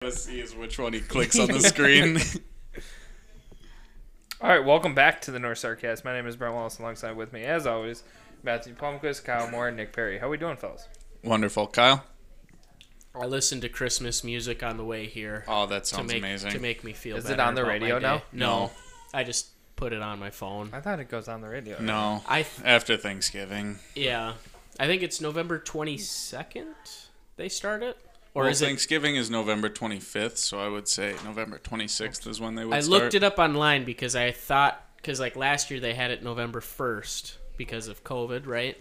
to see is which one he clicks on the screen. All right, welcome back to the North Starcast. My name is Brent Wallace, alongside with me, as always, Matthew Palmquist, Kyle Moore, and Nick Perry. How we doing, fellas? Wonderful, Kyle. I listened to Christmas music on the way here Oh, that to sounds make amazing. to make me feel. Is it better on the about my radio day. now? No. No. I just put it on my phone. I thought it goes on the radio. no, I th- after Thanksgiving. yeah, I think it's November twenty second. They start it, or Or well, is it? Thanksgiving is November 25th, so I would say November 26th is when they would I start. looked it up online because I thought because like last year they had it November first because of COVID, right?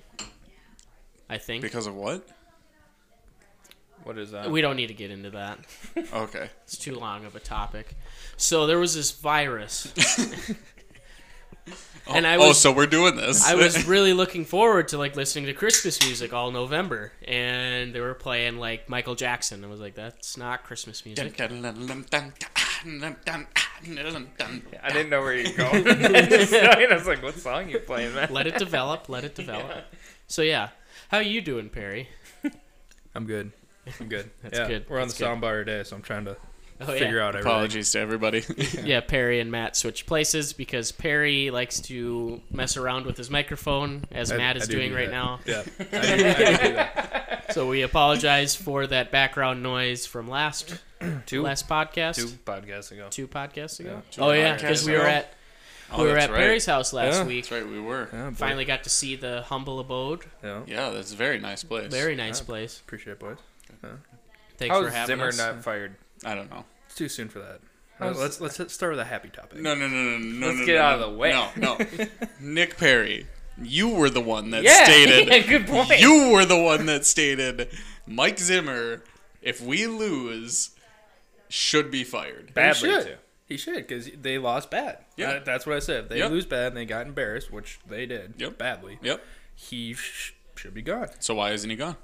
I think because of what? What is that? we don't need to get into that. Okay. It's too long of a topic. So there was this virus, and I oh, was so we're doing this. I was really looking forward to like listening to Christmas music all November, and they were playing like Michael Jackson. I was like, that's not Christmas music. I I didn't know where you were going. I was like, what song you playing, man? Let it develop. Let it develop. So yeah, how you doing, Perry? I'm good. I'm good. That's yeah, good. We're on That's the good. soundbar today, so I'm trying to Oh, figure yeah. out everything. Apologies to everybody. Yeah, Perry and Matt switch places because Perry likes to mess around with his microphone, as I- Matt I is do doing do right that. now. Yeah. I do, I do do that. So we apologize for that background noise from last Two, last podcast, two two, podcasts ago. podcasts ago. Two oh yeah, podcasts because we were ago. at Oh, we were that's at right. Perry's house last Yeah. week. That's right, we were. Yeah, boy. Finally got to see the humble abode. Yeah. Yeah, that's a very nice place. Very nice Yeah. place. Appreciate it, boys. Thanks for How's having Zimmer us. not fired? I don't know. It's too soon for that. How's- let's let's hit- start with a happy topic. No, no, no, no, no. Let's no, get no, out of no. the way. No, no. Nick Perry, you were the one that yeah, yeah, stated. good point. you were the one that stated Mike Zimmer, if we lose, should be fired. badly he should. too. He should because they lost bad. Yeah. That- that's what I said. If they Yep. lose bad and they got embarrassed, which they did Yep. badly. Yep. He sh- should be gone. So why isn't he gone?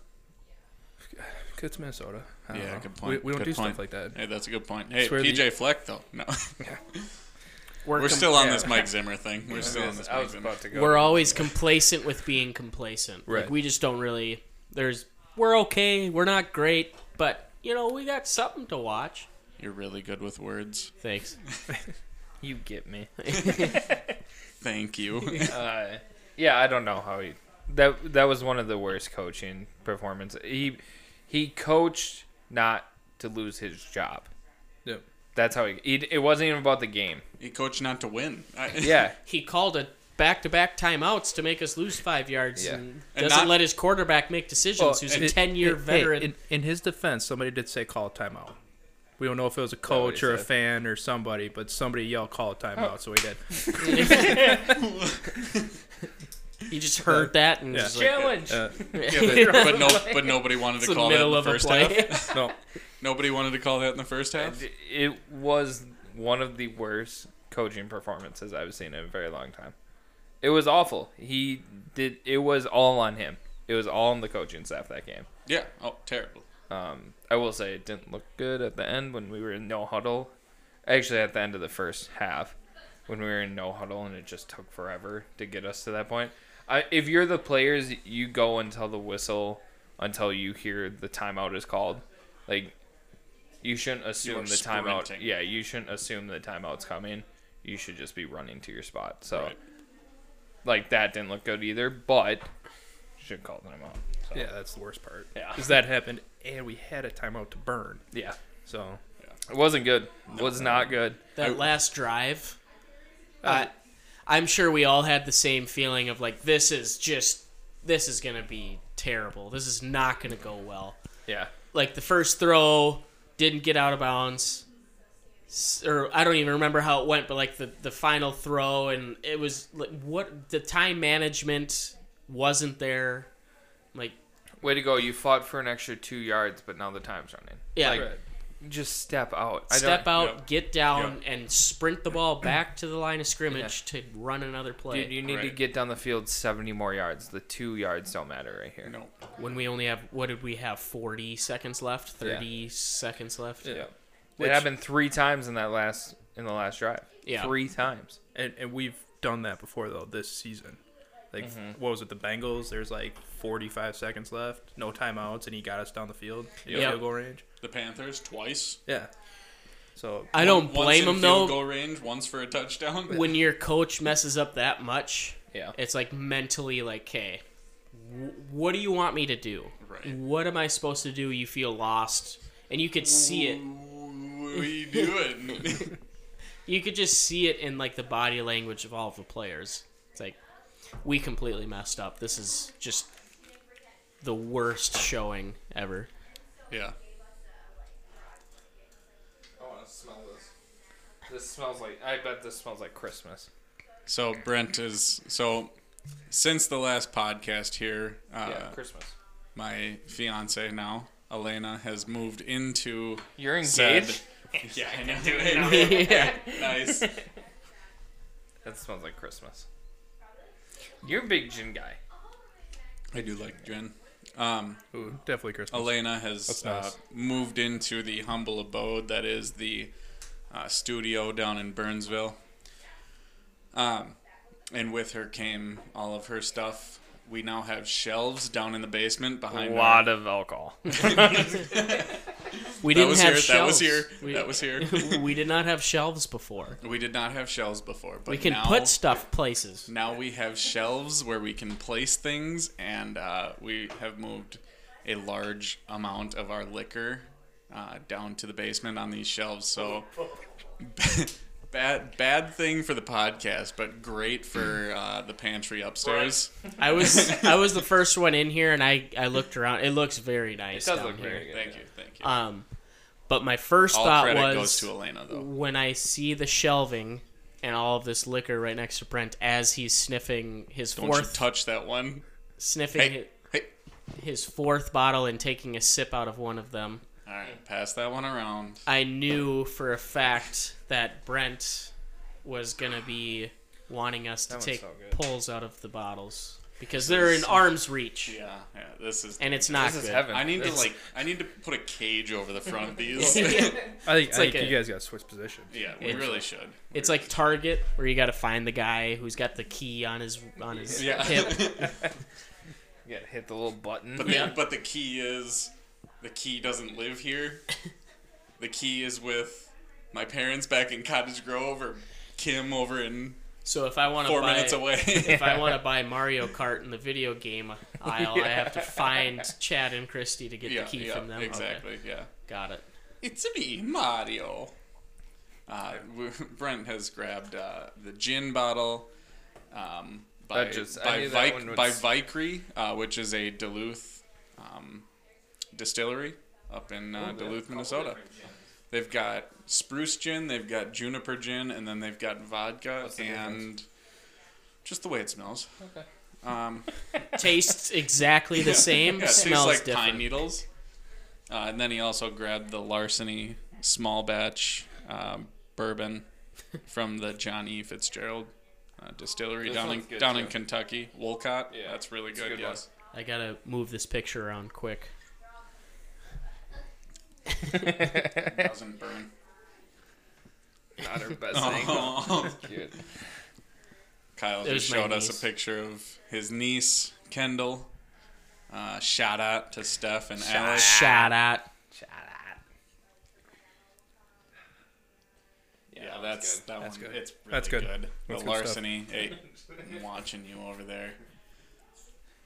'Cause It's Minnesota. I don't Yeah, know. good point. We, we don't good do point. stuff like that. Hey, that's a good point. Hey, Swear PJ the- Fleck though. No, we're We're, com- still on yeah. this Mike Zimmer thing. We're still on this I Mike was Zimmer. about to go. We're always complacent with being complacent. Like Right. we just don't really. There's. We're okay. We're not great, but you know we got something to watch. You're really good with words. Thanks. you get me. Thank you. Uh, yeah, I don't know how he that that was one of the worst coaching performances. He he coached not to lose his job. Yep. That's how he, he it wasn't even about the game. he coached not to win. I, Yeah. He called a back-to-back timeouts to make us lose five yards, Yeah. and And doesn't not- let his quarterback make decisions. Well, who's a it- ten-year it- hey, veteran? in, in his defense, somebody did say call a timeout. We don't know if it was a what he coach or a said. Oh. fan or somebody, but somebody yelled call a timeout, so he did. he just heard that and Yeah. was like, Challenge. Uh, Yeah, but, but no, but nobody wanted it's to the call that in middle the of a first play. half. no, Nobody wanted to call that in the first half. it was one of the worst coaching performances I've seen in a very long time. It was awful. He did it was all on him. It was all on the coaching staff that game. Yeah. Oh, terrible. Um, I will say it didn't look good at the end when we were in no huddle. Actually, at the end of the first half, when we were in no huddle, and it just took forever to get us to that point. I, if you're the players, you go until the whistle, until you hear the timeout is called. Like, you shouldn't assume the timeout. sprinting. Yeah, you shouldn't assume the timeout's coming. You should just be running to your spot. So, Right. like that didn't lout good either. But should call the timeout. So, yeah, that's the worst part. Yeah. because that happened, and we had a timeout to burn. yeah. So It wasn't good. was not good. that I- last drive I, i'm sure we all had the same feeling of like this is just this is gonna be terrible this is not gonna go well Yeah. like the first throw didn't get out of bounds S- or i don't even remember how it went but like the, the final throw and it was like what the time management wasn't there like Way to go. You fought for an extra two yards, but now the time's running. yeah Just step out. step I out yeah. get down and sprint the ball back to the line of scrimmage to run another play Dude, you need to Right. get down the field 70 more yards. The two yards don't matter right here. No. when we only have what did we have 40 seconds left 30 seconds left Yeah. Which- it happened three times in that last in the last drive. Yeah. Three times. and and we've done that before though this season. Like what was it? The Bengals. There's like 45 seconds left, no timeouts, and he got us down the field, in Yep. field goal range. The Panthers twice. Yeah. So I don't Once blame in him field though. Goal range, once for a touchdown. When your coach messes up that much, Yeah. it's like mentally like, hey, w- what do you want me to do? Right. What am I supposed to do? You feel lost, and you could see it. What are you doing? You could just see it in like the body language of all of the players. It's like we completely messed up. This is just the worst showing ever. yeah. I want to smell this. This smells like. I bet this smells like Christmas. So Brent is so since the last podcast here, uh, yeah, Christmas. my fiance now Elena has moved into You're said- engaged. yeah, I know. I know. yeah. nice. That smells like Christmas. You're a big gin guy. I do like gin. Um, ooh, definitely Christmas. Elena has That's nice. uh, moved into the humble abode that is the uh, studio down in Burnsville. Um, and with her came all of her stuff. We now have shelves down in the basement A behind. lot of alcohol. We that didn't was here. have That was shelves. here. We, That was here. we did not have shelves before. We did not have shelves before, but We can now, put stuff places. now we have shelves where we can place things, and uh, we have moved a large amount of our liquor uh, down to the basement on these shelves. So bad, bad thing for the podcast, but great for uh, the pantry upstairs. I was I was the first one in here, and I I looked around. It looks very nice. does down look here. very good. Thank you, thank you. Um, but my first All thought credit was goes to Elena, though. when I see the shelving and all of this liquor right next to Brent as he's sniffing his Don't you fourth touch that one. sniffing Hey, hey. hi- his fourth bottle and taking a sip out of one of them. All right, pass that one around. I knew for a fact that Brent was gonna be wanting us to one's take so good. pulls out of the bottles because they're in arm's reach, Yeah, yeah, this is. and it's not This is good. heaven. I need to It's- like. I need to put a cage over the front of these. I think, I like think a- you guys got to switch positions. Yeah, we It- really should. It's like Target, where you got to find the guy who's got the key on his on his yeah, hip. You gotta hit the little button. but the, but the key is the key doesn't live here. The key is with my parents back in Cottage Grove or Kim over in So if I want to four buy minutes away. if I want to buy Mario Kart in the video game aisle, I have to find Chad and Christy to get yeah, the key yeah, from them. Okay, exactly. Yeah, got it. it's me, Mario. Uh, we- Brent has grabbed uh, the gin bottle. Um, by That just- I by, knew that Vic- one would by s- Vickery, uh, which is a Duluth um, distillery up in uh, Duluth, Minnesota. They've got spruce gin, they've got juniper gin, and then they've got vodka What's the and difference? just the way it smells. Okay. Um, Tastes exactly the yeah, same. yeah, it tastes smells like different. pine needles. Uh, and then he also grabbed the Larceny small batch um, bourbon from the John E. Fitzgerald uh, distillery This down in one's good, down in too. Kentucky, Wolcott. Yeah, that's really it's a good. good one. yes, I gotta move this picture around quick. doesn't burn. Not our best angle. Oh. Dude. Kyle It just was my showed us niece. a picture of his niece, Kendall. Uh, shout out to Steph and Alex. Shout out. Shout out. Yeah, that's that That's one. good. It's really That's good. good. The That's good stuff. larceny. Hey, I'm watching you over there.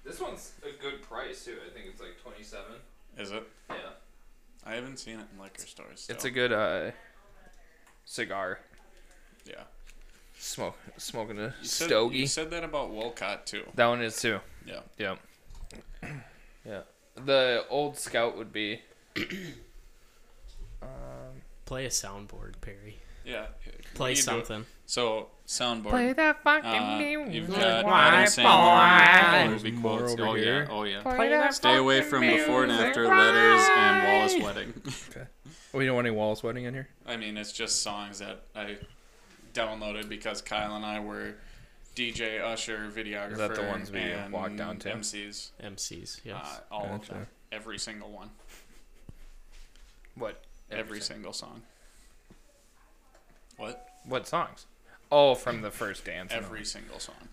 This one's a good price too. I think it's like twenty-seven. Is it? Yeah. I haven't seen it in liquor stores. It's so- a good uh cigar. yeah. Smoke smoking a You said, stogie. You said that about Wolcott too. that one is too. Yeah. Yep. yeah. The old scout would be Play a soundboard, Perry. Yeah. Play You do it. something. So soundboard. that fucking Uh, you've got Why, Adam Sandler, boy? movie More quotes. over Oh yeah. here. Oh yeah. Play that Stay away fucking from before and music. after letters and Wallace Wedding. We Oh, don't want any Wallace wedding in here. I mean, it's just songs that I downloaded because Kyle and I were DJ, usher, videographer. that the ones we and walked down to? MCs, MCs, yes. uh, all of Gotcha. them, every single one, what every, single song. What? What songs? Oh, from the first dance. and all. Every single song.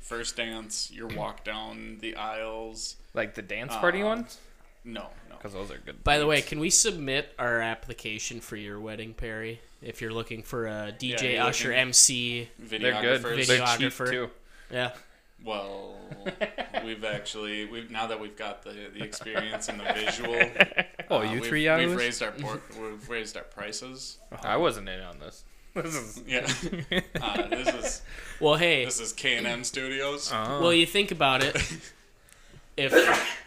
first dance, Mm. your walk down the aisles. Like the dance party Uh, ones? No, no. Because those are good. By the way, beats. can we submit our application for your wedding, Perry? If you're looking for a DJ you're Usher looking- MC, they're Videographers. good. They're cheap Videographer. too. yeah, Well, we've actually we've now that we've got the, the experience and the visual. Oh, uh, you we've, three out We've of this? raised our por- we've raised our prices. I wasn't in on this. This is Yeah, uh, this is Well, hey, this is K and M Studios. Oh. well, you think about it. If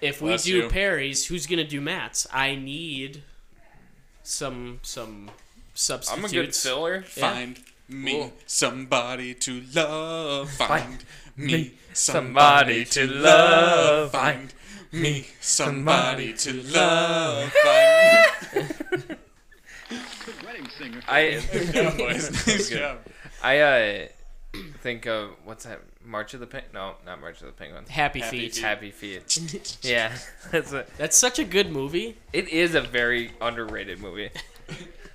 if we Bless do you. Perry's, who's gonna do Matt's? I need some some I'm a substitutes. good filler. yeah. Find me Cool. somebody to love. Find me somebody to love. Find me somebody somebody to love. Find Wedding singer. I me. Yeah, boys. Nice job. I uh, think of what's that? March of the Pink? No, not March of the Penguins. Happy, Happy feet. Feet. Happy Feet. Yeah, that's a, That's such a good movie. it is a very underrated movie.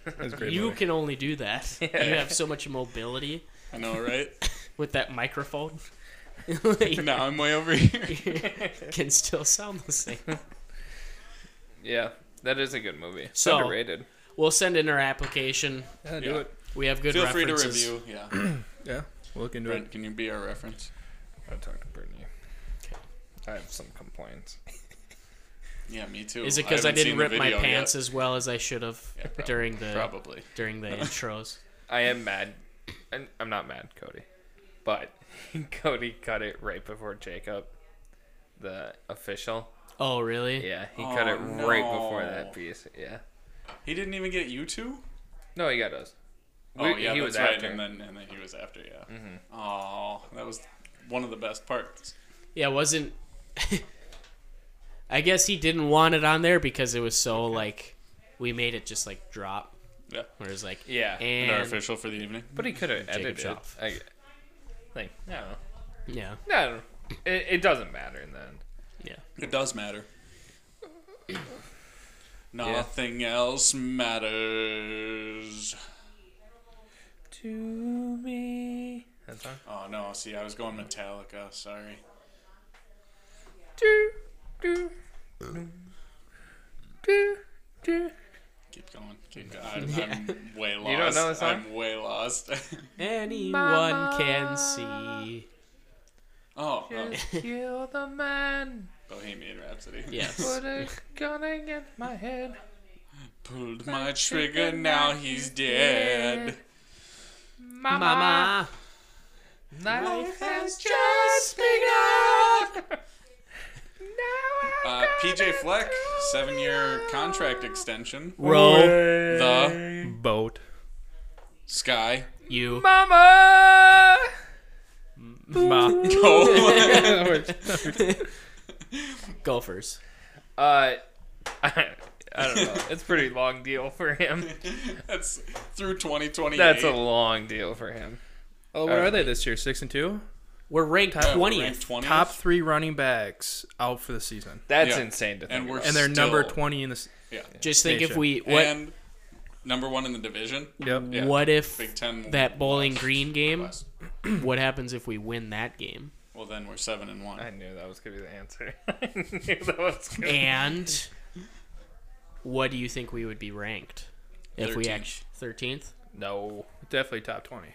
That's a great. you movie. can only do that. You have so much mobility I know, right? with that microphone. you Now I'm way over here. can still sound the same. Yeah, that is a good movie. It's So- underrated. We'll send in our application. Yeah, do Yeah. it. We have good Feel free to references. review. Yeah, Yeah, we'll look into Brent, can you be our reference? I talked to Brittany. I have some complaints. Yeah, me too. Is it because I, haven't didn't seen the rip my video yet. pants as well as I should have Yeah, prob- during the Probably. during the intros? I am mad. and I'm not mad, Cody, but Cody cut it right before Jacob, the official. Oh, really? Yeah, he cut Oh, it right no. before that piece. Yeah. He didn't even get you two. No, he got us. Oh We- yeah, he that's was right. after. Mm-hmm. And then and then he was after. Yeah. Oh, that was one of the best parts. Yeah, wasn't. I guess he didn't want it on there because it was so like we made it just like drop. Yeah. Where it's like Yeah. And our and official for the evening. But he could have edited. it. Schaaf. I think no, yeah no, it, it doesn't matter. Then yeah. It does matter. Nothing else matters. to me, that song. Oh no! See, I was going Metallica. Sorry. Do do do do. Keep going. Keep going. I'm, I'm way lost. don't know the song? I'm way lost. Anyone Mama. can see. oh, um, Just kill the man. Bohemian Rhapsody. Yes. Put a gun against my head. Pulled my trigger, now he's dead. Mama, Mama, life has just begun. now Uh, PJ Fleck, seven year contract extension. row The Boat. sky. you. Mama. Ma. Oh, Gophers. Uh, I, I don't know. It's a pretty long deal for him. that's through Uh, 2028. That's a long deal for him. Oh, what are they this year? Six and two. We're ranked Uh, we're ranked twentieth. 20th. Top three running backs out for the season, That's Yeah. insane to think. And we're about. and they're number Still. twenty in this. Yeah. Just think if Nation. we what And number one in the division. Yep. Yeah. what if Big Ten. that Bowling Green game? West. What happens if we win that game? Well, then we're seven and one. I knew that was gonna be the answer. I knew that was gonna. And what do you think we would be ranked if we 13th. actually thirteenth? No, Definitely top twenty.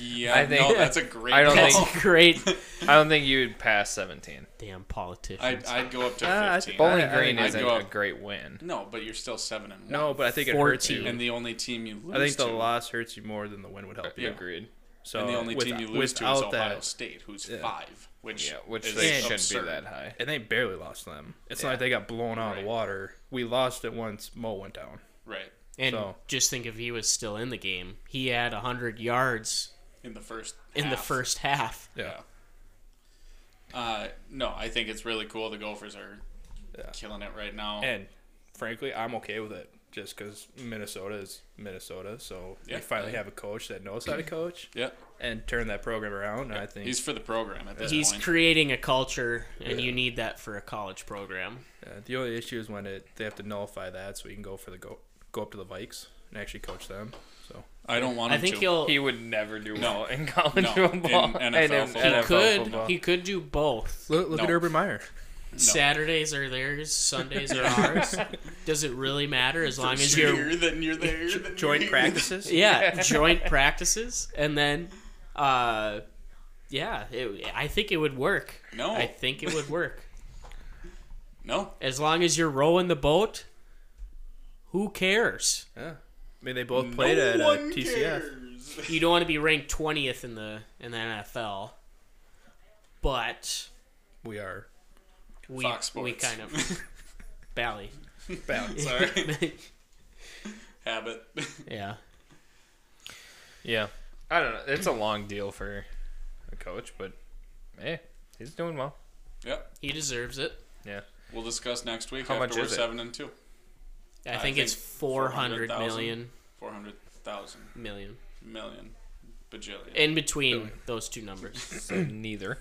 Yeah, I think- no, that's a great. I don't call. That's think- a great. I don't think you'd pass seventeen. Damn politicians. I'd, I'd go up Ah, to I- fifteen. Uh, Bowling I- I Green think I'd isn't go a up- great win. no, but you're still seven and one. No, but I think it hurts you. and the only team you lose. I think the to, loss hurts you more than the win would help you. Agreed. So and the only with- team you lose to is without Ohio that, State, who's five, which Yeah, which is they shouldn't absurd. be that high. and they barely lost them. It's Yeah. not like they got blown out of Right. the water. We lost it once Mo went down. Right and so- just think if he was still in the game, he had hundred yards in the first in the half. first half. Yeah. Uh, no, I think it's really cool. The Gophers are Yeah. killing it right now. And frankly, I'm okay with it just because Minnesota is Minnesota. So Yeah. we finally have a coach that knows how to coach yeah, and turn that program around. And I think he's for the program at this He's point. creating a culture, and you need that for a college program. uh, the only issue is when it, they have to nullify that so we can go for the go- go up to the Vikes and actually coach them. So I don't want I him think to. he'll He would never do No. well in college No, in football. NFL and football. NFL He could football. he could do both. look, look at No. Urban Meyer. Saturdays are theirs, Sundays are ours. Does it really matter as long as you're here, then you're there. Then Joint you're practices. yeah joint practices and then uh yeah it, i think it would work No. i think it would work No, as long as you're rowing the boat who cares Yeah. I mean, they both no played at uh, one TCF. cares. you don't want to be ranked 20th in the in the nfl but We are. we Fox Sports. we kind of bally Sorry, habit. yeah Yeah. I don't know. It's a long deal for a coach, but hey, he's doing well. yep. he deserves it Yeah. We'll discuss next week How after much we're is it? seven and two. i, I think, it's think 400 400,000. million Four hundred thousand million million bajillion. in between those two numbers So neither.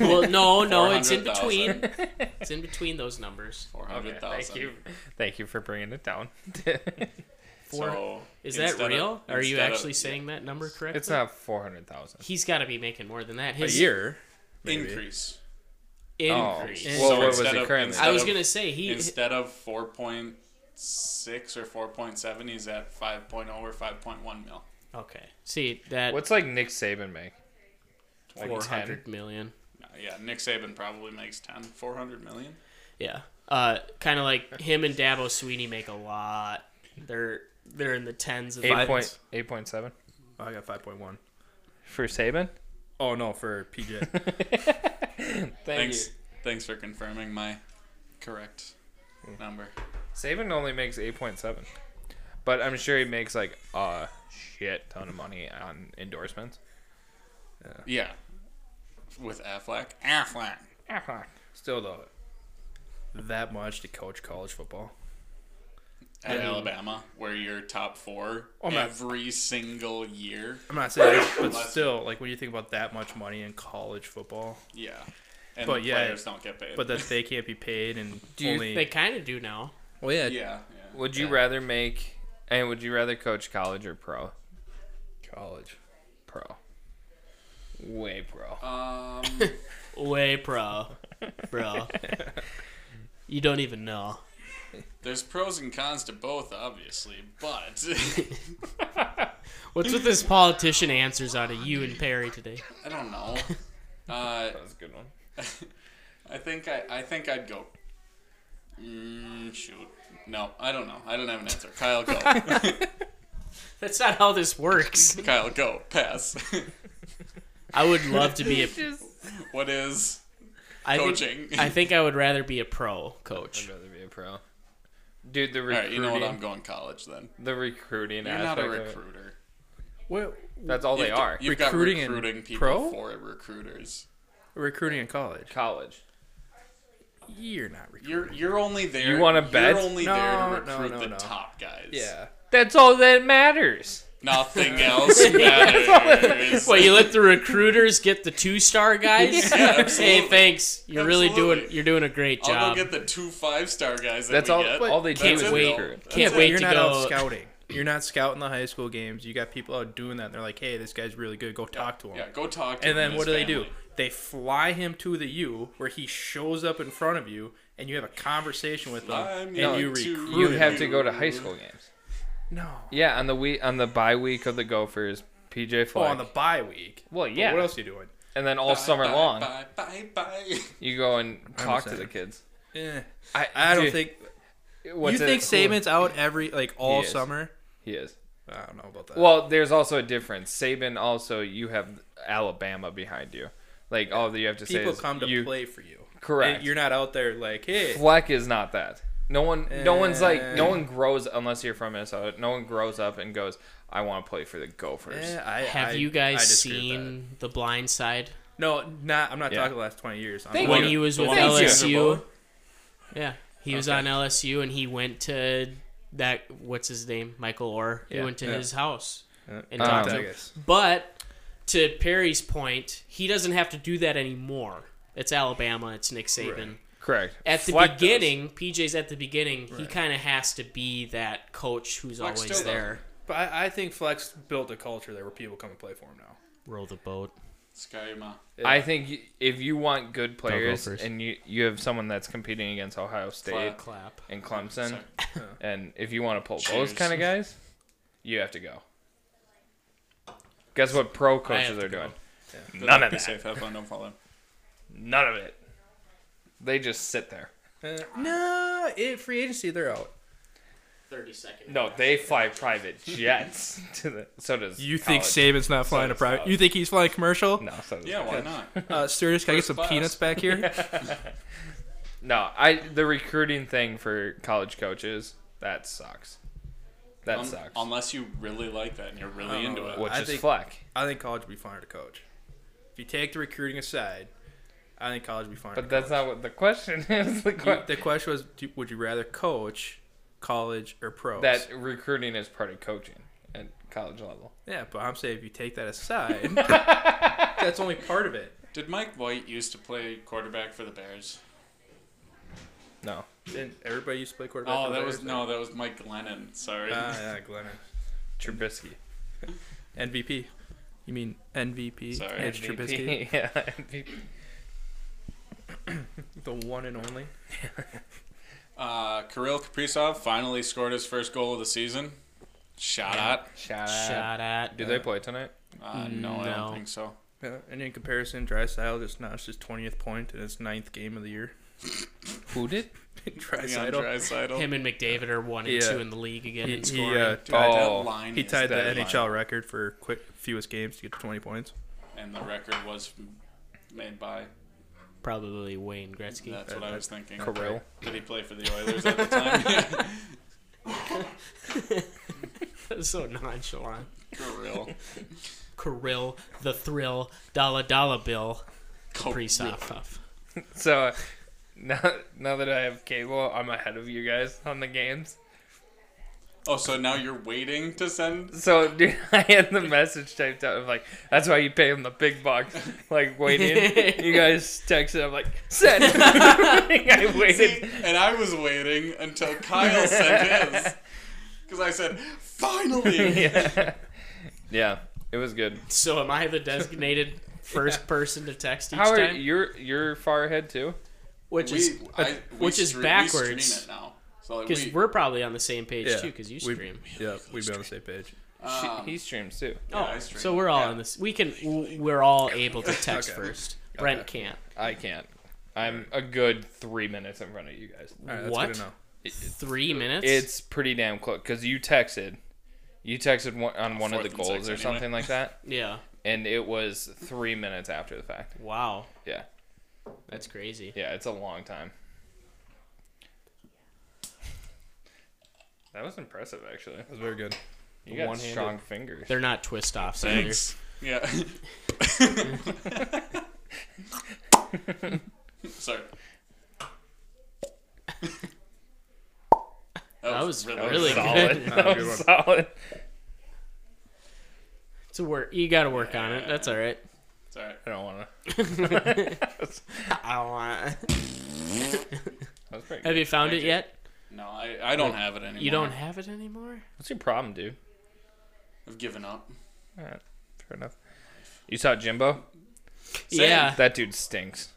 Well, no, no, it's in 400,000. between. It's in between those numbers. Four Okay, hundred thousand. thank you. Thank you for bringing it down. Four- So Is instead that of- real? Are you instead of- actually saying that number correctly? it's not 400,000. He's got to be making more than that. A His year. Maybe. increase? increase. Oh, So well, what was instead it of- currently? instead I was of- gonna say he. Instead of four point six or four point seven, he's at five or five point one mil. okay. See that What's like Nick Saban make? Like four 10? hundred million. Uh, Yeah, Nick Saban probably makes 10, 400 million. Yeah. Uh, kind of like him and Dabo Sweeney make a lot. They're they're in the tens of Eight point eight point seven Oh, I got five point one. for Saban. Oh no, for PJ. Thank Thanks, thanks for confirming my correct number. Saban only makes eight point seven, but I'm sure he makes like a shit ton of money on endorsements. Yeah, with Affleck. Affleck. Uh-huh. Still though, that much to coach college football. At Alabama, where you're top four Oh, man. every single year. I'm not saying, this, but still, like when you think about that much money in college football, Yeah, and But the yeah, players don't get paid. but that they can't be paid and Do you only. They kind of do now. well, yeah, yeah, yeah. Would you rather make and would you rather coach college or pro? college. Pro. Way pro. Um, Way pro, bro. you don't even know. there's pros and cons to both, obviously, but What's with this politician answers out of you and Perry today? I don't know. Uh, That was a good one. I think I, I think I'd go. Mm, shoot, no, I don't know. I don't have an answer. Kyle, go. That's not how this works. Kyle, go. Pass. I would love to be a what is I think- coaching? I think I would rather be a pro coach. I'd rather be a pro. Dude, the All recruiting, right, you know what? I'm going college then. the recruiting You're not aspect. a of it. recruiter. Well, That's all they You've got- are. You've Recruiting got and recruiting people pro? for recruiters. recruiting in college. college. You're not recruiting. You're you're only there. You wanna bet? You're only No, there to no, recruit no, the no. top guys. Yeah. That's all that matters. Nothing else matters. Wait, you let the recruiters get the two star guys? absolutely. hey, thanks. You're really doing Absolutely. you're doing a great I'll job. go get the two five star guys. That That's we all. Get. All they do That's is it, wait. though. That's Can't it. wait you're to not go. out scouting. You're not scouting the high school games. You got people out doing that. And they're like, hey, this guy's really good. Go talk to him. Yeah, go talk. to And him then what do his they do? family. They fly him to the U where he shows up in front of you and you have a conversation with him I'm and going you to- recruit. You Really? have to go to high school games. No. Yeah, on the week on the bye week of the Gophers, PJ Oh, Fleck. on the bye week. well, But yeah, What else are you doing? and then Bye, all summer bye, long, Bye bye bye. you go and talk to saying. the kids. Eh. I, I don't dude, think what's you think it- Saban's out every like all He is. summer. He is. I don't know about that. Well, there's also a difference. Saban also you have Alabama behind you. Like all that you have to say people is come to you, play for you. Correct. And You're not out there like, hey, Fleck is not that. No one, no one's like, no Eh. one grows unless you're from Minnesota. No one grows up and goes, "I want to play for the Gophers." eh, I, Have I- you I guys disagree with that. seen The Blind Side No, not. I'm not Yeah. talking the last 20 years. I'm Thank talking- when he was The with one with LSU? Sandra Bullock? Yeah, he was on LSU and he went to that what's his name Michael Orr. He Yeah. went to Yeah. his house Uh, and Um, talked to I him. guess. But to Perry's point, he doesn't have to do that anymore. It's Alabama. It's Nick Saban. Correct. At the Fleck does. beginning, PJ's at the beginning. He kind of has to be that coach who's Fleck always still there. But I, I think Flex built a culture there where people come and play for him now. Roll the boat. Skyma. I think y- if you want good players first. and you you have someone that's competing against Ohio Clap. State Clap. and Clemson, Sorry. and if you want to pull Cheers. those kind of guys, you have to go. Guess what? Pro have coaches to are go. doing But none of be that. safe. Have fun. Don't fall in. None of it. They just sit there. Uh, no, it, free agency, they're out. Thirty second. No, they fly private jets to the. So does You think college. Saban's not flying a does private? Saban. You think he's flying commercial? No, so does Yeah, why not? Uh, Sirius, can I get some class. peanuts back here? No, I the recruiting thing for college coaches that sucks. That Um, sucks. Unless you really like that and you're really don't into know. it. which I is think- Fleck. I think college would be fine to coach. If you take the recruiting aside, I think college would be fine. But that's not what the question is. The que- the question was: do, Would you rather coach college or pros? that recruiting is part of coaching at college level. yeah, but I'm saying if you take that aside, that's only part of it. Did Mike White used to play quarterback for the Bears? No. Then everybody used to play quarterback. Oh, for the that was Bears, no, that was Mike Glennon. Sorry. though. Ah, Uh, yeah, Glennon, Trubisky. MVP. You mean MVP? Sorry. Mitch Trubisky, MVP. yeah, MVP. the one and only. Uh, Kirill Kaprizov finally scored his first goal of the season. Shot at. Shout out. Shot at. Do they play tonight? Uh, no, I No. don't think so. Yeah, and in comparison, Drysdale just notched his 20th point in his ninth game of the year. Who did? Leon Drysdale. Draisaitl. Him and McDavid are one and Yeah. two in the league again He, in he, scoring. uh, Dude, that Oh. line he is tied the that line. NHL record for quick fewest games to get to 20 points. and the record was made by. Probably Wayne Gretzky. That's what I was thinking. Kirill. Did he play for the Oilers at the time? so nonchalant. Kirill. Kirill, the thrill, dollar dollar bill, Kirill. Kaprizov. So uh, now, now that I have cable, I'm ahead of you guys on the games. Oh, so now you're waiting to send? So dude, I had the message typed out of like, that's why you pay him the big bucks. Like waiting, you guys texted. I'm like, send. I See, waited. and I was waiting until Kyle sent his. Because I said, finally! yeah. yeah, it was good. So am I the designated first person to text each How are time? you're you're far ahead too? Which We, is uh, I, we which is stre- We backwards. stream it now. So like, because we, we, are probably on the same page Yeah. too because you We- stream. Yeah, we'd be on the same page. She, um, he streams too. yeah, I oh, stream so it. we're all Yeah. on this. We can. w- We're all able to text Okay. first. Brent can't. I can't. I'm a good three minutes in front of you guys. All right, that's What? good to know. Three minutes. It's pretty damn close because you texted, you texted one, on one of the fourth and goals or sixth anyway. something like that, yeah. and it was three minutes after the fact. Wow, Yeah, that's crazy. yeah, it's a long time. That was impressive, actually. That was very good. You got One-handed. strong fingers. They're not twist offs either. Thanks. Yeah. Sorry. That was That was Really solid. good. That was solid. It's a work. You got to work on it. That's all right. It's alright. I don't want to. I want. That was pretty good. Have you found Thank it you. yet? No, I, I don't have it anymore. You don't have it anymore. What's your problem, dude? I've given up. All right, fair enough. You saw Jimbo? Same. Yeah. That dude stinks.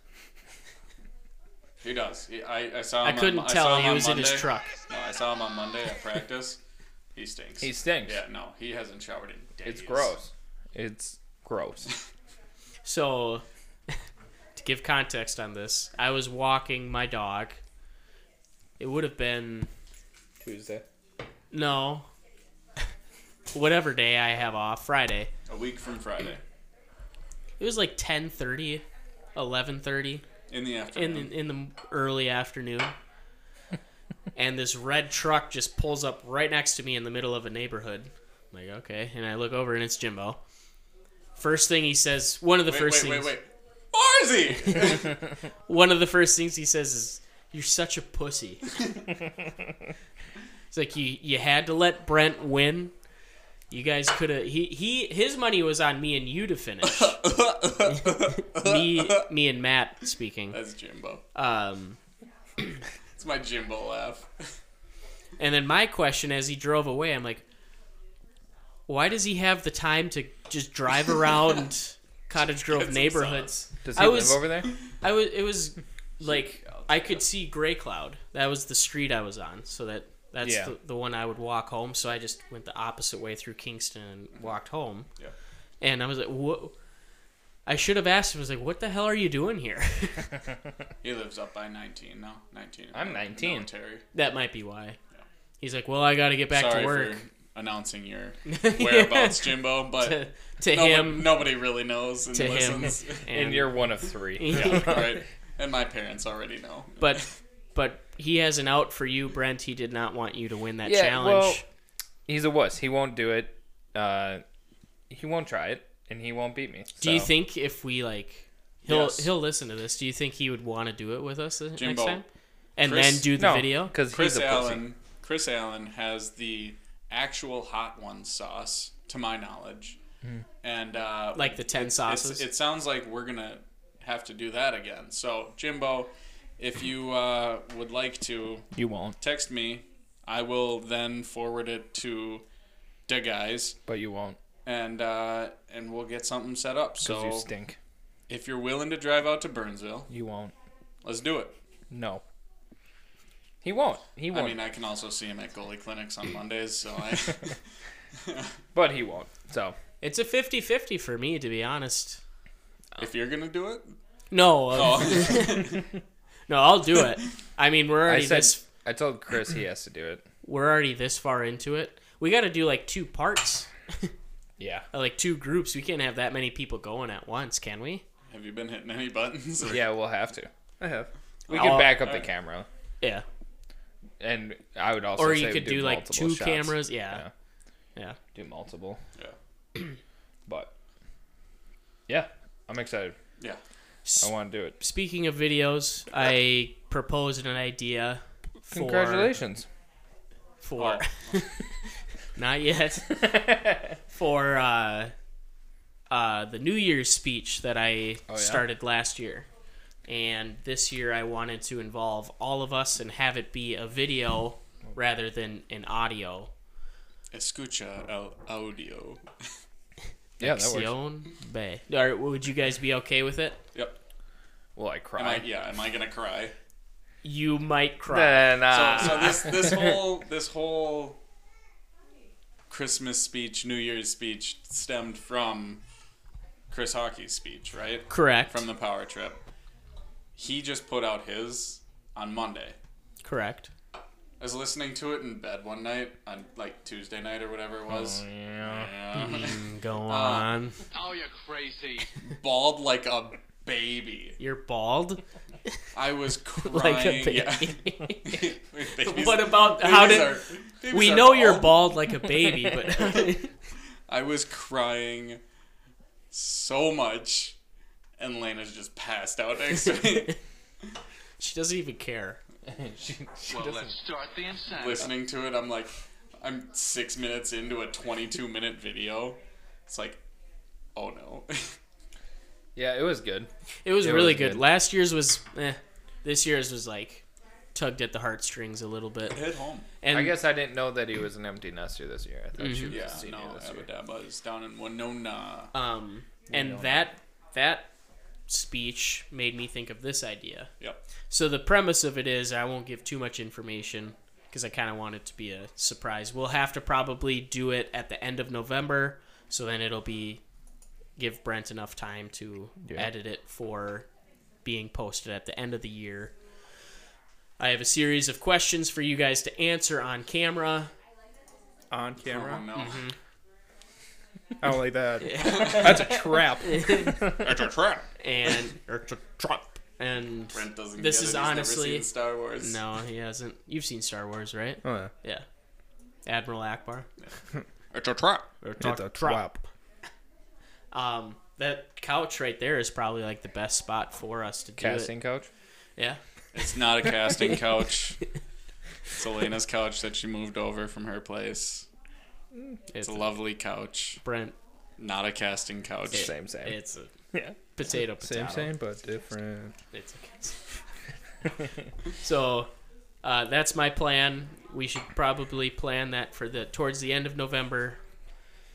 He does. He, I, I saw I him. couldn't on, I saw tell. him He on was in his Monday. truck. No, I saw him on Monday at practice. He stinks. He stinks. Yeah, no, he hasn't showered in days. It's gross. It's gross. So, to give context on this, I was walking my dog. It would have been Tuesday. no, whatever day I have off, Friday. A week from Friday It was like 10:30, 11:30 in the in afternoon. the, in the early afternoon. and this red truck just pulls up right next to me in the middle of a neighborhood. I'm like, okay, and I look over and it's Jimbo. First thing he says, one of the wait, first wait, things wait, wait, Barzy! one of the first things he says is, "You're such a pussy." it's like you you had to let Brent win. You guys could have. He he his money was on me and you to finish. me me and Matt speaking. That's Jimbo. Um, It's my Jimbo laugh. And then my question as he drove away, I'm like, why does he have the time to just drive around Cottage Grove some neighborhoods? Does I he was- live over there? I was it was like I could see Gray Cloud. That was the street I was on, so that that's Yeah. the, the one I would walk home. So I just went the opposite way through Kingston and walked home. Mm-hmm. Yeah. And I was like, "What?" I should have asked him. I was like, "What the hell are you doing here?" He lives up by 19 now. 19. in I'm the 19. Military. that might be why. He's like, "Well, I got to get back Sorry to work." for announcing your whereabouts, Jimbo, but to to nobody, him, nobody really knows and to him, listens. And, and, you're one of three. right? And my parents already know. but but he has an out for you, Brent. He did not want you to win that Yeah, challenge. well- He's a wuss. He won't do it. Uh, he won't try it, and he won't beat me. Do you so. think if we like he'll Yes. he'll listen to this? Do you think he would want to do it with us the next Jimbo, time? And Chris- then do the no, video? Because he's Chris a Allen. Chris Allen has the actual hot one sauce, to my knowledge, and uh, Hmm. Like the 10 it's- sauces? It sounds like we're gonna have to do that again. So Jimbo, if you uh, would like to pussy. You won't, text me, I will then forward it to the guys, but you won't and uh, and we'll get something set up. because you So stink. if you're willing to drive out to Burnsville, You won't. let's do it. No. He won't. He I won't. mean, I can also see him at goalie clinics on Mondays, so I. but he won't. So It's a 50-50 for me to be honest. If you're gonna do it, No, uh, oh, no, I'll do it. I mean, we're I already said this I told Chris he has to do it. we're already this far into it. We got to do like two parts, Yeah. uh, like two groups. We can't have that many people going at once, can we? have you been hitting any buttons? Yeah, we'll have to. I have. We could I'll- back up the alright. camera, Yeah. and I would also. Or say you could do, do, like multiple two shots. cameras. Yeah. yeah. Do multiple, Yeah. but yeah, I'm excited. Yeah. I want to do it. Speaking of videos, I proposed an idea for Congratulations. for Oh. not yet for uh, uh, the New Year's speech that I Oh, yeah? started last year, and this year I wanted to involve all of us and have it be a video rather than an audio. Escucha el audio. Yeah, that works. Acción B. Or would you guys be okay with it? Yep. Will I cry? Am I, yeah. Am I gonna cry? You might cry. Nah, nah. Ah, So, so this this whole this whole Christmas speech, New Year's speech stemmed from Chris Hockey's speech, right? Correct. From the power trip. He just put out his on Monday. Correct. I was listening to it in bed one night on like Tuesday night or whatever it was. Oh, yeah. Yeah. Go uh, on. Oh, you're crazy. Bald like a baby. You're bald. I was crying. Like a baby. Yeah. Babies- What about- how babies did- are- babies we are know you're bald like a baby, but I was crying so much, and Lena's just passed out next to me, she doesn't even care. She- she Well, doesn't- let's start the insanity. listening to it. I'm like, I'm six minutes into a 22 minute video. It's like, oh no. yeah, it was good. It was It really was good. good. Last year's was, eh, this year's was like tugged at the heartstrings a little bit. Hit home. And I guess I didn't know that he was an empty nester this year. I thought Mm-hmm. she was Yeah, a senior no, this year. Abadabba is down in Winona. um, and that that speech made me think of this idea. Yep. So the premise of it is, I won't give too much information because I kind of want it to be a surprise. We'll have to probably do it at the end of November, so then it'll be give Brent enough time to Yeah. edit it for being posted at the end of the year. I have a series of questions for you guys to answer on camera. On camera. Oh no. I don't like that. That's a trap. That's a trap. and and Brent doesn't This get is it. He's never honestly- seen Star Wars. no, he hasn't. You've seen Star Wars, right? Oh, yeah. Yeah. Admiral Akbar. It's a trap. It's a trap. Um, that couch right there is probably like the best spot for us to do Casting it. coach. Yeah. It's not a casting couch. It's Elena's couch that she moved over from her place. It's a lovely couch, Brent. not a casting couch. Same, same. It's a yeah. potato potato. Same, same, but different. It's a So uh, that's my plan. We should probably plan that for the towards the end of November.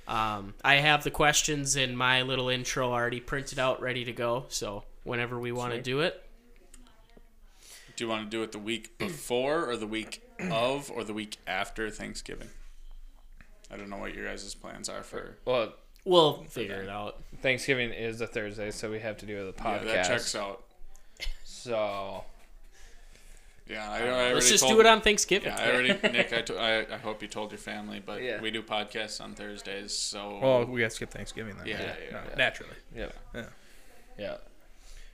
Um, I have the questions in my little intro already printed out, ready to go. So whenever we want to do it, Do you want to do it the week before or the week of or the week after Thanksgiving? I don't know what your guys' plans are for. Well, we'll figure it out. Thanksgiving is a Thursday, so we have to do the Yeah, podcast. that checks out. So Yeah, I, I already Let's just told- do it on Thanksgiving. Yeah, I already, Nick. I, to, I, I hope you told your family, but Yeah. we do podcasts on Thursdays, so Well, we got to skip Thanksgiving then. Yeah, No, yeah, yeah. Naturally. yeah, Yeah. yeah.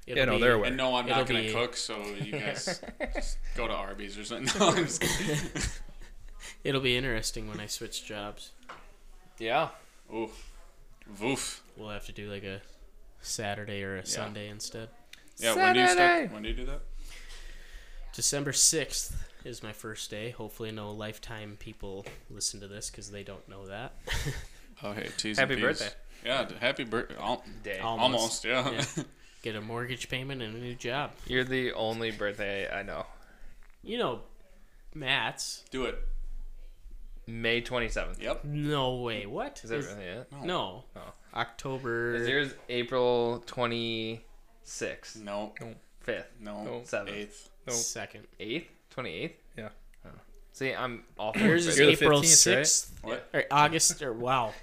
It'll yeah, no, be- they're aware. and no, I'm not It'll gonna be- cook, so you guys just go to Arby's or something. No, I'm just kidding. It'll be interesting when I switch jobs. Yeah. Ooh, Voof. We'll have to do like a Saturday or a Sunday instead. Yeah, when do you start? Saturday. When do you do that? December 6th is my first day. Hopefully, no lifetime people listen to this because they don't know that. Oh, hey, tease. Happy birthday. Yeah, d- happy birthday. Al- Day. almost. Almost. Yeah. Yeah. Get a mortgage payment and a new job. You're the only birthday I know. You know, Matt's. do it. May 27th. Yep. No way. What? Is that really it? No. Oh. October. Is yours April 26th, No. 5th, No. No. Seventh. Eighth. No. Second. 8th, 28th? Yeah. Oh. See, I'm off. Yours is You're the April 15th, right? 6th. What? Or August. Or wow.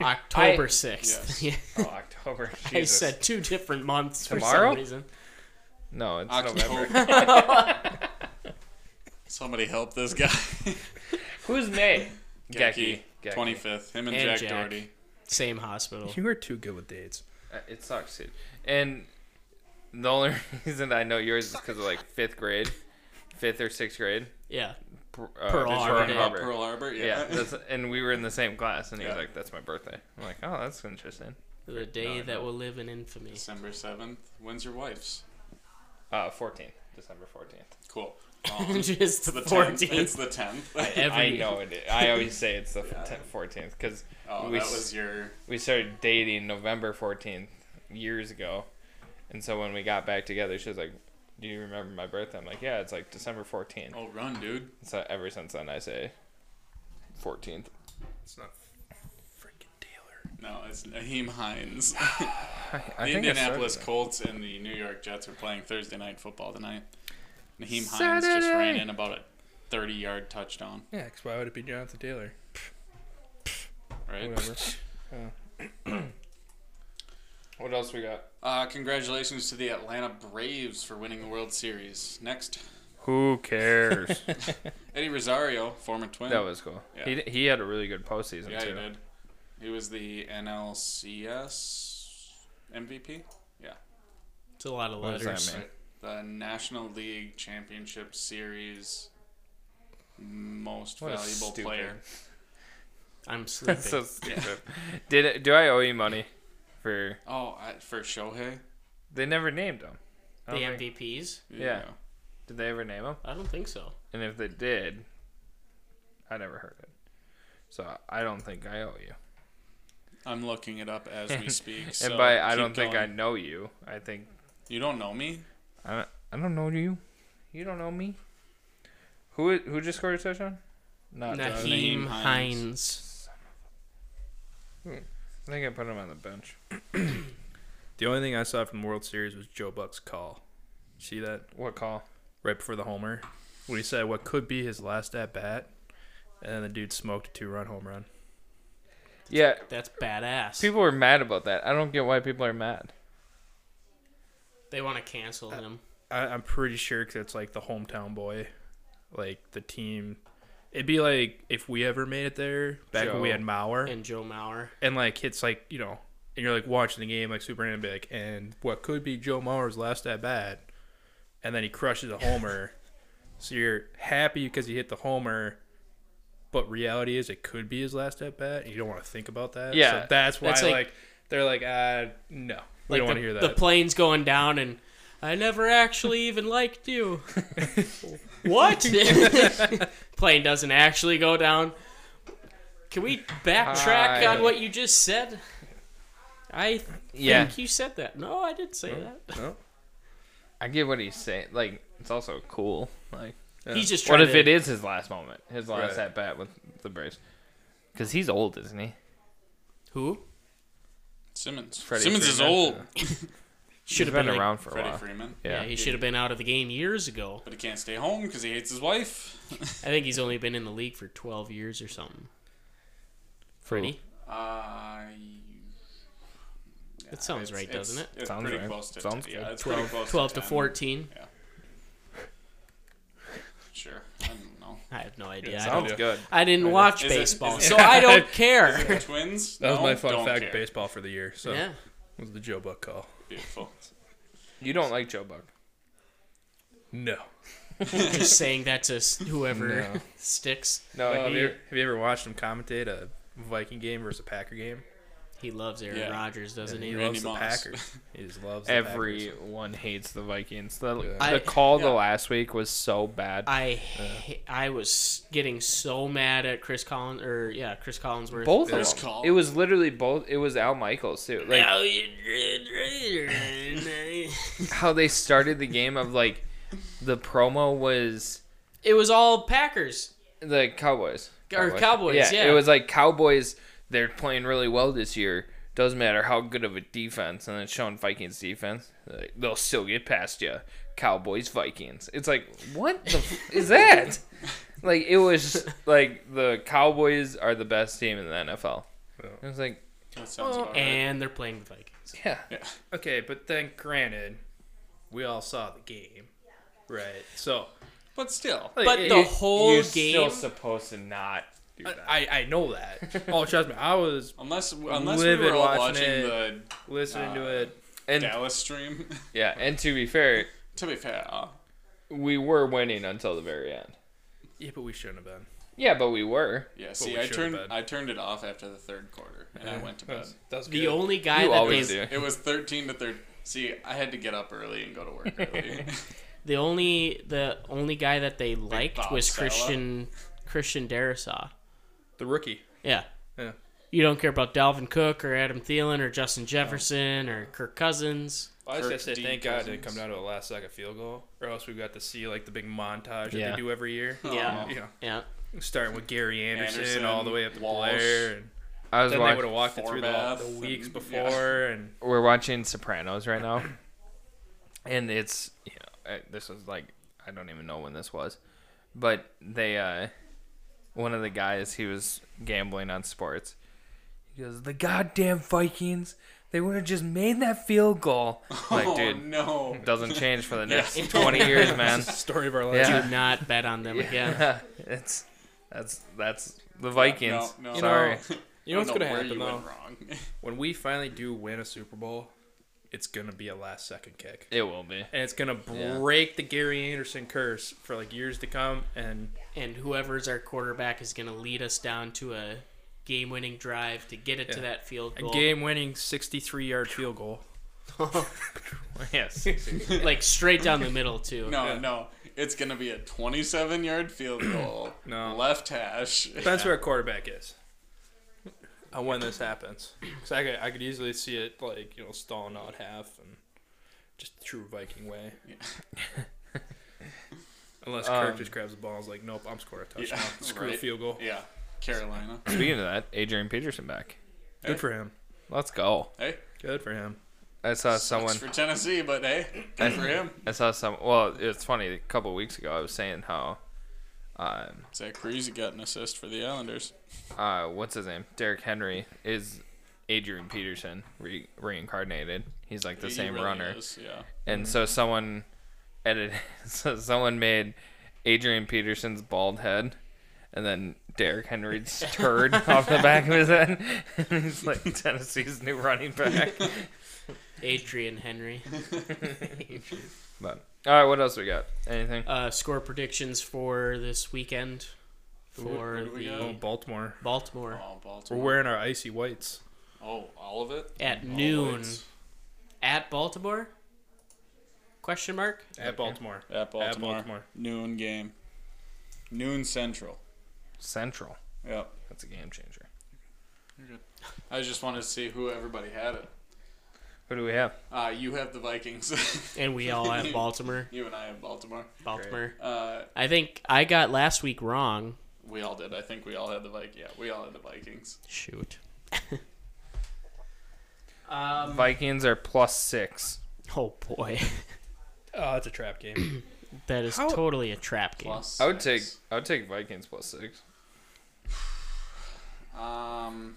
October I- 6th. Yes. Yeah. oh, October. I Jesus. said two different months for Tomorrow? some reason. no, it's November. October. Somebody help this guy. Who's May? Geki. Geki. Twenty fifth. Him and, And Jack, Jack. Doherty. Same hospital. You are too good with dates. Uh, It sucks, dude. And the only reason I know yours is because of like fifth grade, fifth or sixth grade. Yeah. Pr- uh, Pearl Harbor Day. Pearl, Pearl Harbor. Yeah, Yeah. that's, and we were in the same class, and he was Yeah. like, "That's my birthday." I'm like, "Oh, that's interesting." The day that will live in infamy. December seventh. When's your wife's? Uh, 14th, December 14th. Cool. Um, Just the the tenth. It's 14th. the tenth. Every- I know it. is. I always say it's the 14th because oh, we that s- was your. we started dating November 14th years ago. And so when we got back together, she was like, Do you remember my birthday? I'm like, Yeah, it's like December 14th. Oh, run, dude. So ever since then, I say 14th. It's not freaking Taylor. No, it's Naheem Hines. The I, I think Indianapolis Indianapolis. Colts and the New York Jets are playing Thursday night football tonight. Naheem Hines just ran Saturday. in about a 30 yard touchdown, Yeah, 'cause why would it be Jonathan Taylor? right? Whatever. What else we got? Uh, congratulations to the Atlanta Braves for winning the World Series. Next, Who cares? Eddie Rosario, former twin. that was cool. Yeah. He, he had a really good postseason, yeah, too. he did. He was the NLCS MVP. Yeah, It's a lot of What does letters. that mean? the National League Championship Series most What a valuable stupid- player. I'm sleeping. so stupid. Did it, do I owe you money for. Oh, I, for Shohei. They never named him. I the don't think- MVPs? Yeah. Did they ever name him? I don't think so. And if they did, I never heard it. So I don't think I owe you. I'm looking it up as we speak. so and by I keep don't think I going. know you, I think You don't know me? I don't, I don't know you. You don't know me. Who i- who just scored a touchdown? Not Doug. Naheem Naheem Hines. I think I put him on the bench. The only thing I saw from the World Series was Joe Buck's call. See that What call? right before the homer, when he said what could be his last at bat, and then the dude smoked a two-run home run. Yeah, That's badass. people were mad about that. I don't get why people are mad. they want to cancel Uh, him. I, I'm pretty sure 'cause it's like the hometown boy, like the team. It'd be like if we ever made it there back when we Joe. had Mauer, and, And Joe Mauer. like it's like you know, and you're like watching the game like Superman and be like, and what could be Joe Mauer's last at bat, and then he crushes a homer, so you're happy because he hit the homer. But reality is, it could be his last at bat. and You don't want to think about that. Yeah, so that's why that's like- like, they're like, uh, no, we don't Like the, want to hear that. the plane's going down and I never actually even liked you. what? plane doesn't actually go down. Can we backtrack Hi. on what you just said? I Yeah. think you said that. No, I didn't say that. no, I get what he's saying. Like it's also cool. Like He's just trying what if to, it is his last moment? His last Right. at bat with the Braves. Because he's old, isn't he? who Simmons. Freddie Simmons is Freeman. old. should he's have been been, like- around for a Freddie while. Freeman. yeah, Yeah. he should have been out of the game years ago. But he can't stay home because he hates his wife. I think he's only been in the league for 12 years or something. Freddie? Uh, That sounds right, doesn't it? It's Sounds pretty right. close to Sounds yeah, good. it's pretty 12, close 12 to 10. 14. Sure. I don't know. I have no idea. I, Sounds don't, good. I didn't Is watch it- baseball, is it- so I don't care. The twins? That was No, my fun don't fact care. baseball for the year. So Yeah. was the Joe Buck call. Beautiful. You don't like Joe Buck. No. Just saying that to s- whoever No. sticks. No, Like, have, he- you, have you ever watched him commentate a Viking game versus a Packer game? He loves Aaron Yeah. Rodgers, doesn't he he? Randy loves the Moss. Packers. He just loves the Packers. everyone hates the Vikings. The, Yeah. I- the call yeah. the last week was so bad. I ha- I was getting so mad at Chris Collins or yeah Chris Collinsworth. both of Chris them. Call. It was literally both. It was Al Michaels too. Like how they started the game of like the promo was it was all Packers. the Cowboys Or Cowboys, yeah. it was like Cowboys. They're playing really well this year. Doesn't matter how good of a defense, and then showing Vikings defense, like, they'll still get past you. Cowboys Vikings. It's like what the f- is that? Like it was like the Cowboys are the best team in the NFL. Yeah. It was like That Oh, sounds about right. And they're playing the Vikings. yeah, Okay, but then granted, we all saw the game, right? So But still. But the whole you're game- still supposed to not do that. I, I know that. oh, trust me, I was Unless, unless we Livid were all watching watching the it. listening to it. and Dallas stream. yeah, and to be fair, to be fair, uh, we were winning until the very end. Yeah, but we shouldn't have been. Yeah, but we were. yeah. See, we I should turned have been. I turned it off after the third quarter, and I went to bed. That's The only guy You that always they, do. It was thirteen to thirteen. See, I had to get up early and go to work early. the only the only guy that they liked Bob was Sala. Christian Christian Darisaw. the rookie. Yeah. Yeah. You don't care about Dalvin Cook or Adam Thielen or Justin Jefferson or Kirk Cousins. I was Kirk gonna say D. thank God it didn't Cousins. come down to the last second field goal, or else we got to see like the big montage that Yeah. they do every year. Yeah. You know, Yeah. starting with Gary Anderson, Anderson, all the way up to Walsh. Blair, and I was then they would watching. have walked it through the, Forbath the weeks and- yeah. before, and We're watching Sopranos right now, and it's you know, uh, this was like I don't even know when this was, but they uh, one of the guys he was gambling on sports. He goes, "The goddamn Vikings! They would have just made that field goal." I'm oh like, dude, no! doesn't change for the next twenty years, man. story of our life. Yeah. Do not bet on them again. Yeah, it's that's that's the Vikings. No, no. Sorry, You know I what's don't gonna where happen you though? went wrong. When we finally do win a Super Bowl, it's gonna be a last second kick. it will be. And it's gonna Yeah. break the Gary Anderson curse for like years to come. And And whoever's our quarterback is going to lead us down to a game winning drive to get it to Yeah. that field a goal. game winning sixty three yard field goal. Yes. like straight down the middle, too. No, no. It's gonna be a 27-yard field goal. No. Left hash. Depends where a quarterback is. Uh, when this happens, because I could, I could easily see it like you know stalling out half and just the true Viking way. Unless Kirk Um, just grabs the ball and is like, nope, I'm scoring a Yeah, touchdown. Screw a right. field goal. Yeah, Carolina. Speaking of that, Adrian Peterson back. Good for him. Let's go. Hey, Good for him. I saw someone someone. for Tennessee, but hey, good for him. I saw some. Well, it's funny. A couple of weeks ago, I was saying how, um, Zach Creasy got an assist for the Islanders. uh, what's his name? Derrick Henry is Adrian Peterson re- reincarnated. He's like the He same really runner. is, yeah. And so someone edited. So someone made Adrian Peterson's bald head, and then Derrick Henry's turd off the back of his head. And he's like Tennessee's new running back. Adrian Henry. But all right, what else we got? Anything? Uh, score predictions for this weekend for who do we the got? Baltimore. Baltimore Oh, We're Baltimore. wearing our icy whites. Oh, all of it. at All noon of it. at Baltimore? Question mark. At Baltimore. At Baltimore. Baltimore. Noon game. Noon Central. Central. Yep. That's a game changer. I just wanted to see who everybody had it. Who do we have? Uh, you have the Vikings. And we all have Baltimore. You and I have Baltimore. Baltimore. Uh, I think I got last week wrong. we all did. I think we all had the Vikings. Yeah, we all had the Vikings. Shoot. um, Vikings are plus six. oh boy, Oh, it's a trap game. that is How- totally a trap game. Plus I would take six. I would take Vikings plus six. Um,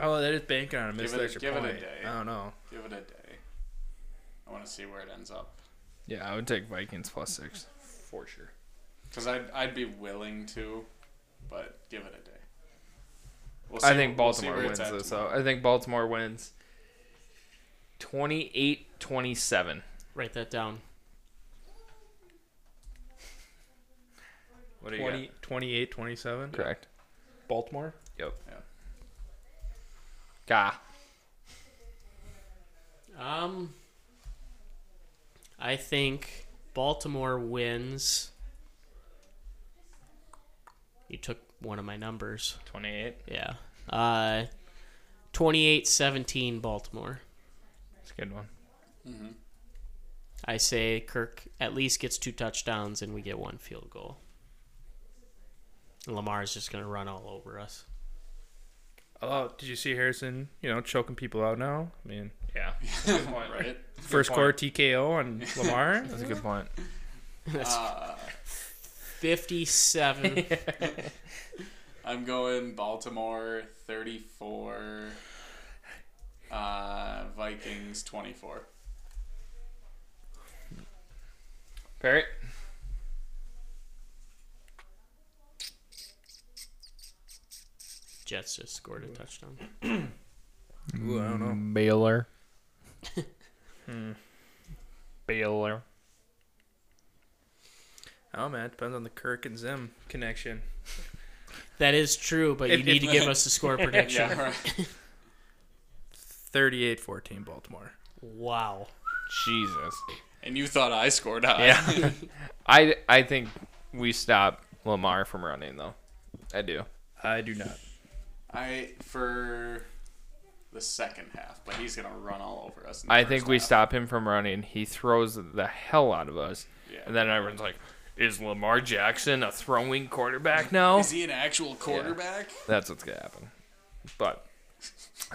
oh, that is banking on a missed it a- extra give it a point. day. I don't know. give it a day. I want to see where it ends up. Yeah, I would take Vikings plus six for sure. Because I'd, I'd be willing to, but give it a day. We'll I see- think we'll see Baltimore where it's wins at this. tomorrow. Though. I think Baltimore wins 28-27. Write that down. What do you got? 20, 28, 27. Correct. Baltimore. Yep. Yeah. Gah. Um, I think Baltimore wins. You took one of my numbers. 28. Yeah. Uh, 28-17 Baltimore. It's a good one. I say Kirk at least gets two touchdowns and we get one field goal. Lamar's just going to run all over us. Oh, did you see Harrison? You know, choking people out now. I mean, Yeah. Good point, Right? first point. quarter TKO on Lamar. That's a good point. Uh, 57 I'm going Baltimore 34, uh, Vikings 24. Perry? Jets just scored a touchdown. Ooh, I don't know. Baylor. Hmm. Baylor. Oh man, it depends on the Kirk and Zim connection. That is true, but you If- need if- to give us a score prediction. Yeah, right. 38-14 Baltimore. Wow. Jesus. And you thought I scored high. Yeah. I, I think we stop Lamar from running, though. I do. I do not. I, for the second half, but he's going to run all over us. in the I first think we half. stop him from running. He throws the hell out of us. Yeah. And then everyone's like, is Lamar Jackson a throwing quarterback now? Is he an actual quarterback? That's what's going to happen. But,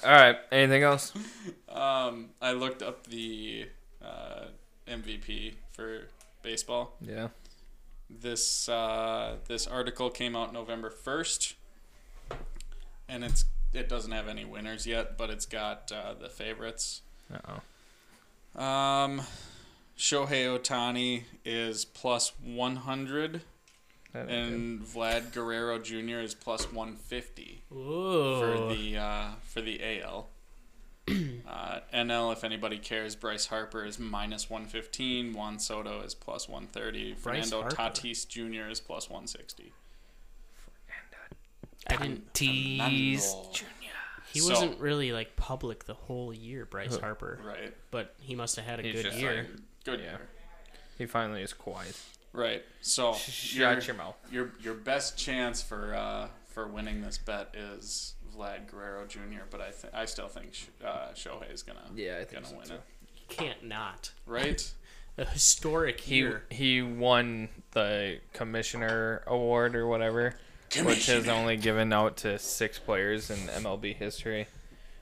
all right. Anything else? Um, I looked up the uh, MVP for baseball. Yeah. This uh, this article came out November first, and it's it doesn't have any winners yet, but it's got uh, the favorites. Uh oh. Um, Shohei Otani is plus one hundred, and Vlad Guerrero Jr. is plus one fifty Ooh. Oh. for the uh, for the AL. Uh, NL, if anybody cares, Bryce Harper is minus 115. Juan Soto is plus 130. Bryce Fernando Harper. Tatis Jr. is plus 160. I didn't Tease. Fernando. He So- wasn't really like public the whole year, Bryce Harper. Right. But he must have had a He's good just year. like- Good Yeah. year. He finally is quiet. Right. So your, Shut your mouth. your your best chance for uh, for winning this bet is Vlad Guerrero Jr. But I th- I still think Sh- uh, Shohei is gonna Yeah, I think gonna so win too. it. You can't not. Right. A historic He year. he won the commissioner award or whatever, which is only given out to six players in MLB history.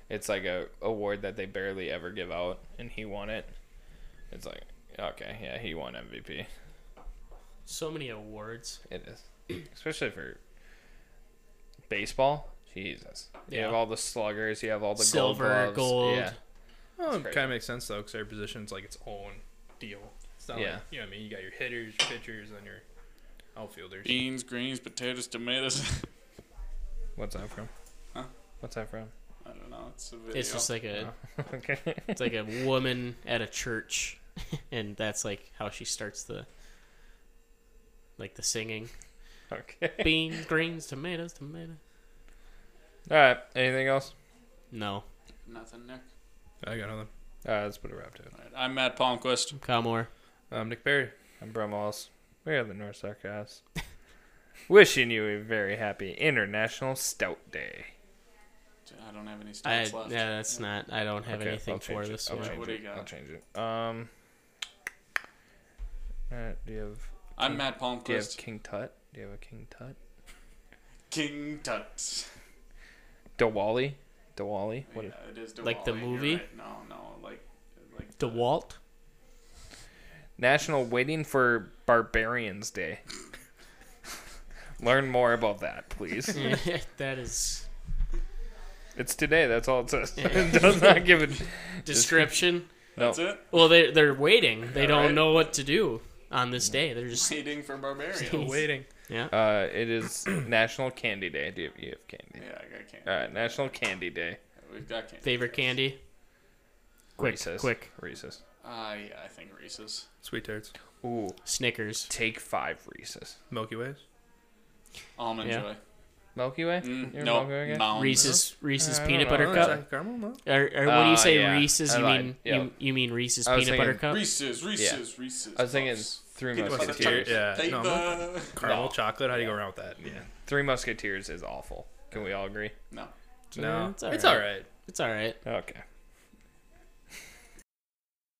It's like a award that they barely ever give out, and he won it. It's like okay, yeah, he won MVP. So many awards. It is, especially for baseball. Jesus, you Yeah. have all the sluggers, you have all the Silver, gold gloves. gold. Yeah. Oh, it crazy. kind of makes sense though, because every position's like its own deal. It's not Yeah. like you know what I mean. You got your hitters, your pitchers, and your outfielders. Beans, greens, potatoes, tomatoes. What's that from? Huh? What's that from? I don't know. It's a video. It's just like a okay. it's like a woman at a church and that's like how she starts the like the singing. okay. Beans, greens, tomatoes, tomatoes. All right. Anything else? No. nothing, Nick. I got another. All right. Uh, Let's put a wrap to it. All right, I'm Matt Palmquist. Calmore. Um, Nick Perry. I'm Brum Wallace. We are the North Star Cast. Wishing you a very happy International Stout Day. I don't have any I, stats yeah, left. that's not. I don't have Okay, anything I'll for change it. this I'll one. change What do it. you got? I'll change it. Um, uh, do you have I'm Matt do you have Palmquist. King Tut? Do you have a King Tut? King Tut. Diwali, Diwali. What? Oh, Yeah, it is Like the Diwali, you're movie? right. No, no, like like the- DeWalt. National Waiting for Barbarians Day. Learn more about that, please. that is it's today. That's all it says. it does not give it. description. No. That's it. Well, they they're waiting. They don't right. know what to do on this day. They're just Waiting for Still barbarians. waiting. yeah. Uh, it is National Candy Day. Do you have, you have Yeah, candy? I got candy. All right, National Candy Day. We've got candy. Favorite candy. Quick, Reese's. quick. Reese's. Uh, yeah, I think Reese's. Sweet tarts. Ooh, Snickers. take five Reese's. Milky Ways. Almond Yeah. Joy. Milky Way. Mm, You're a no, Milky Way guy? Mound. Reese's Reese's I don't peanut know. butter Oh, Got- is cup. that caramel? No. Or, or when Uh, you say yeah, Reese's, I you lied. mean Yeah. you, you mean Reese's I was peanut butter thinking cup? Reese's, Reese's, Reese's. I was thinking Puffs. three Peanut butter musketeers. cup. Yeah, Take no, the- Caramel No. chocolate. How do you go around with that? Yeah. Three musketeers is awful. Can we all agree? No. No, It's all it's right. all right. It's all right. Okay.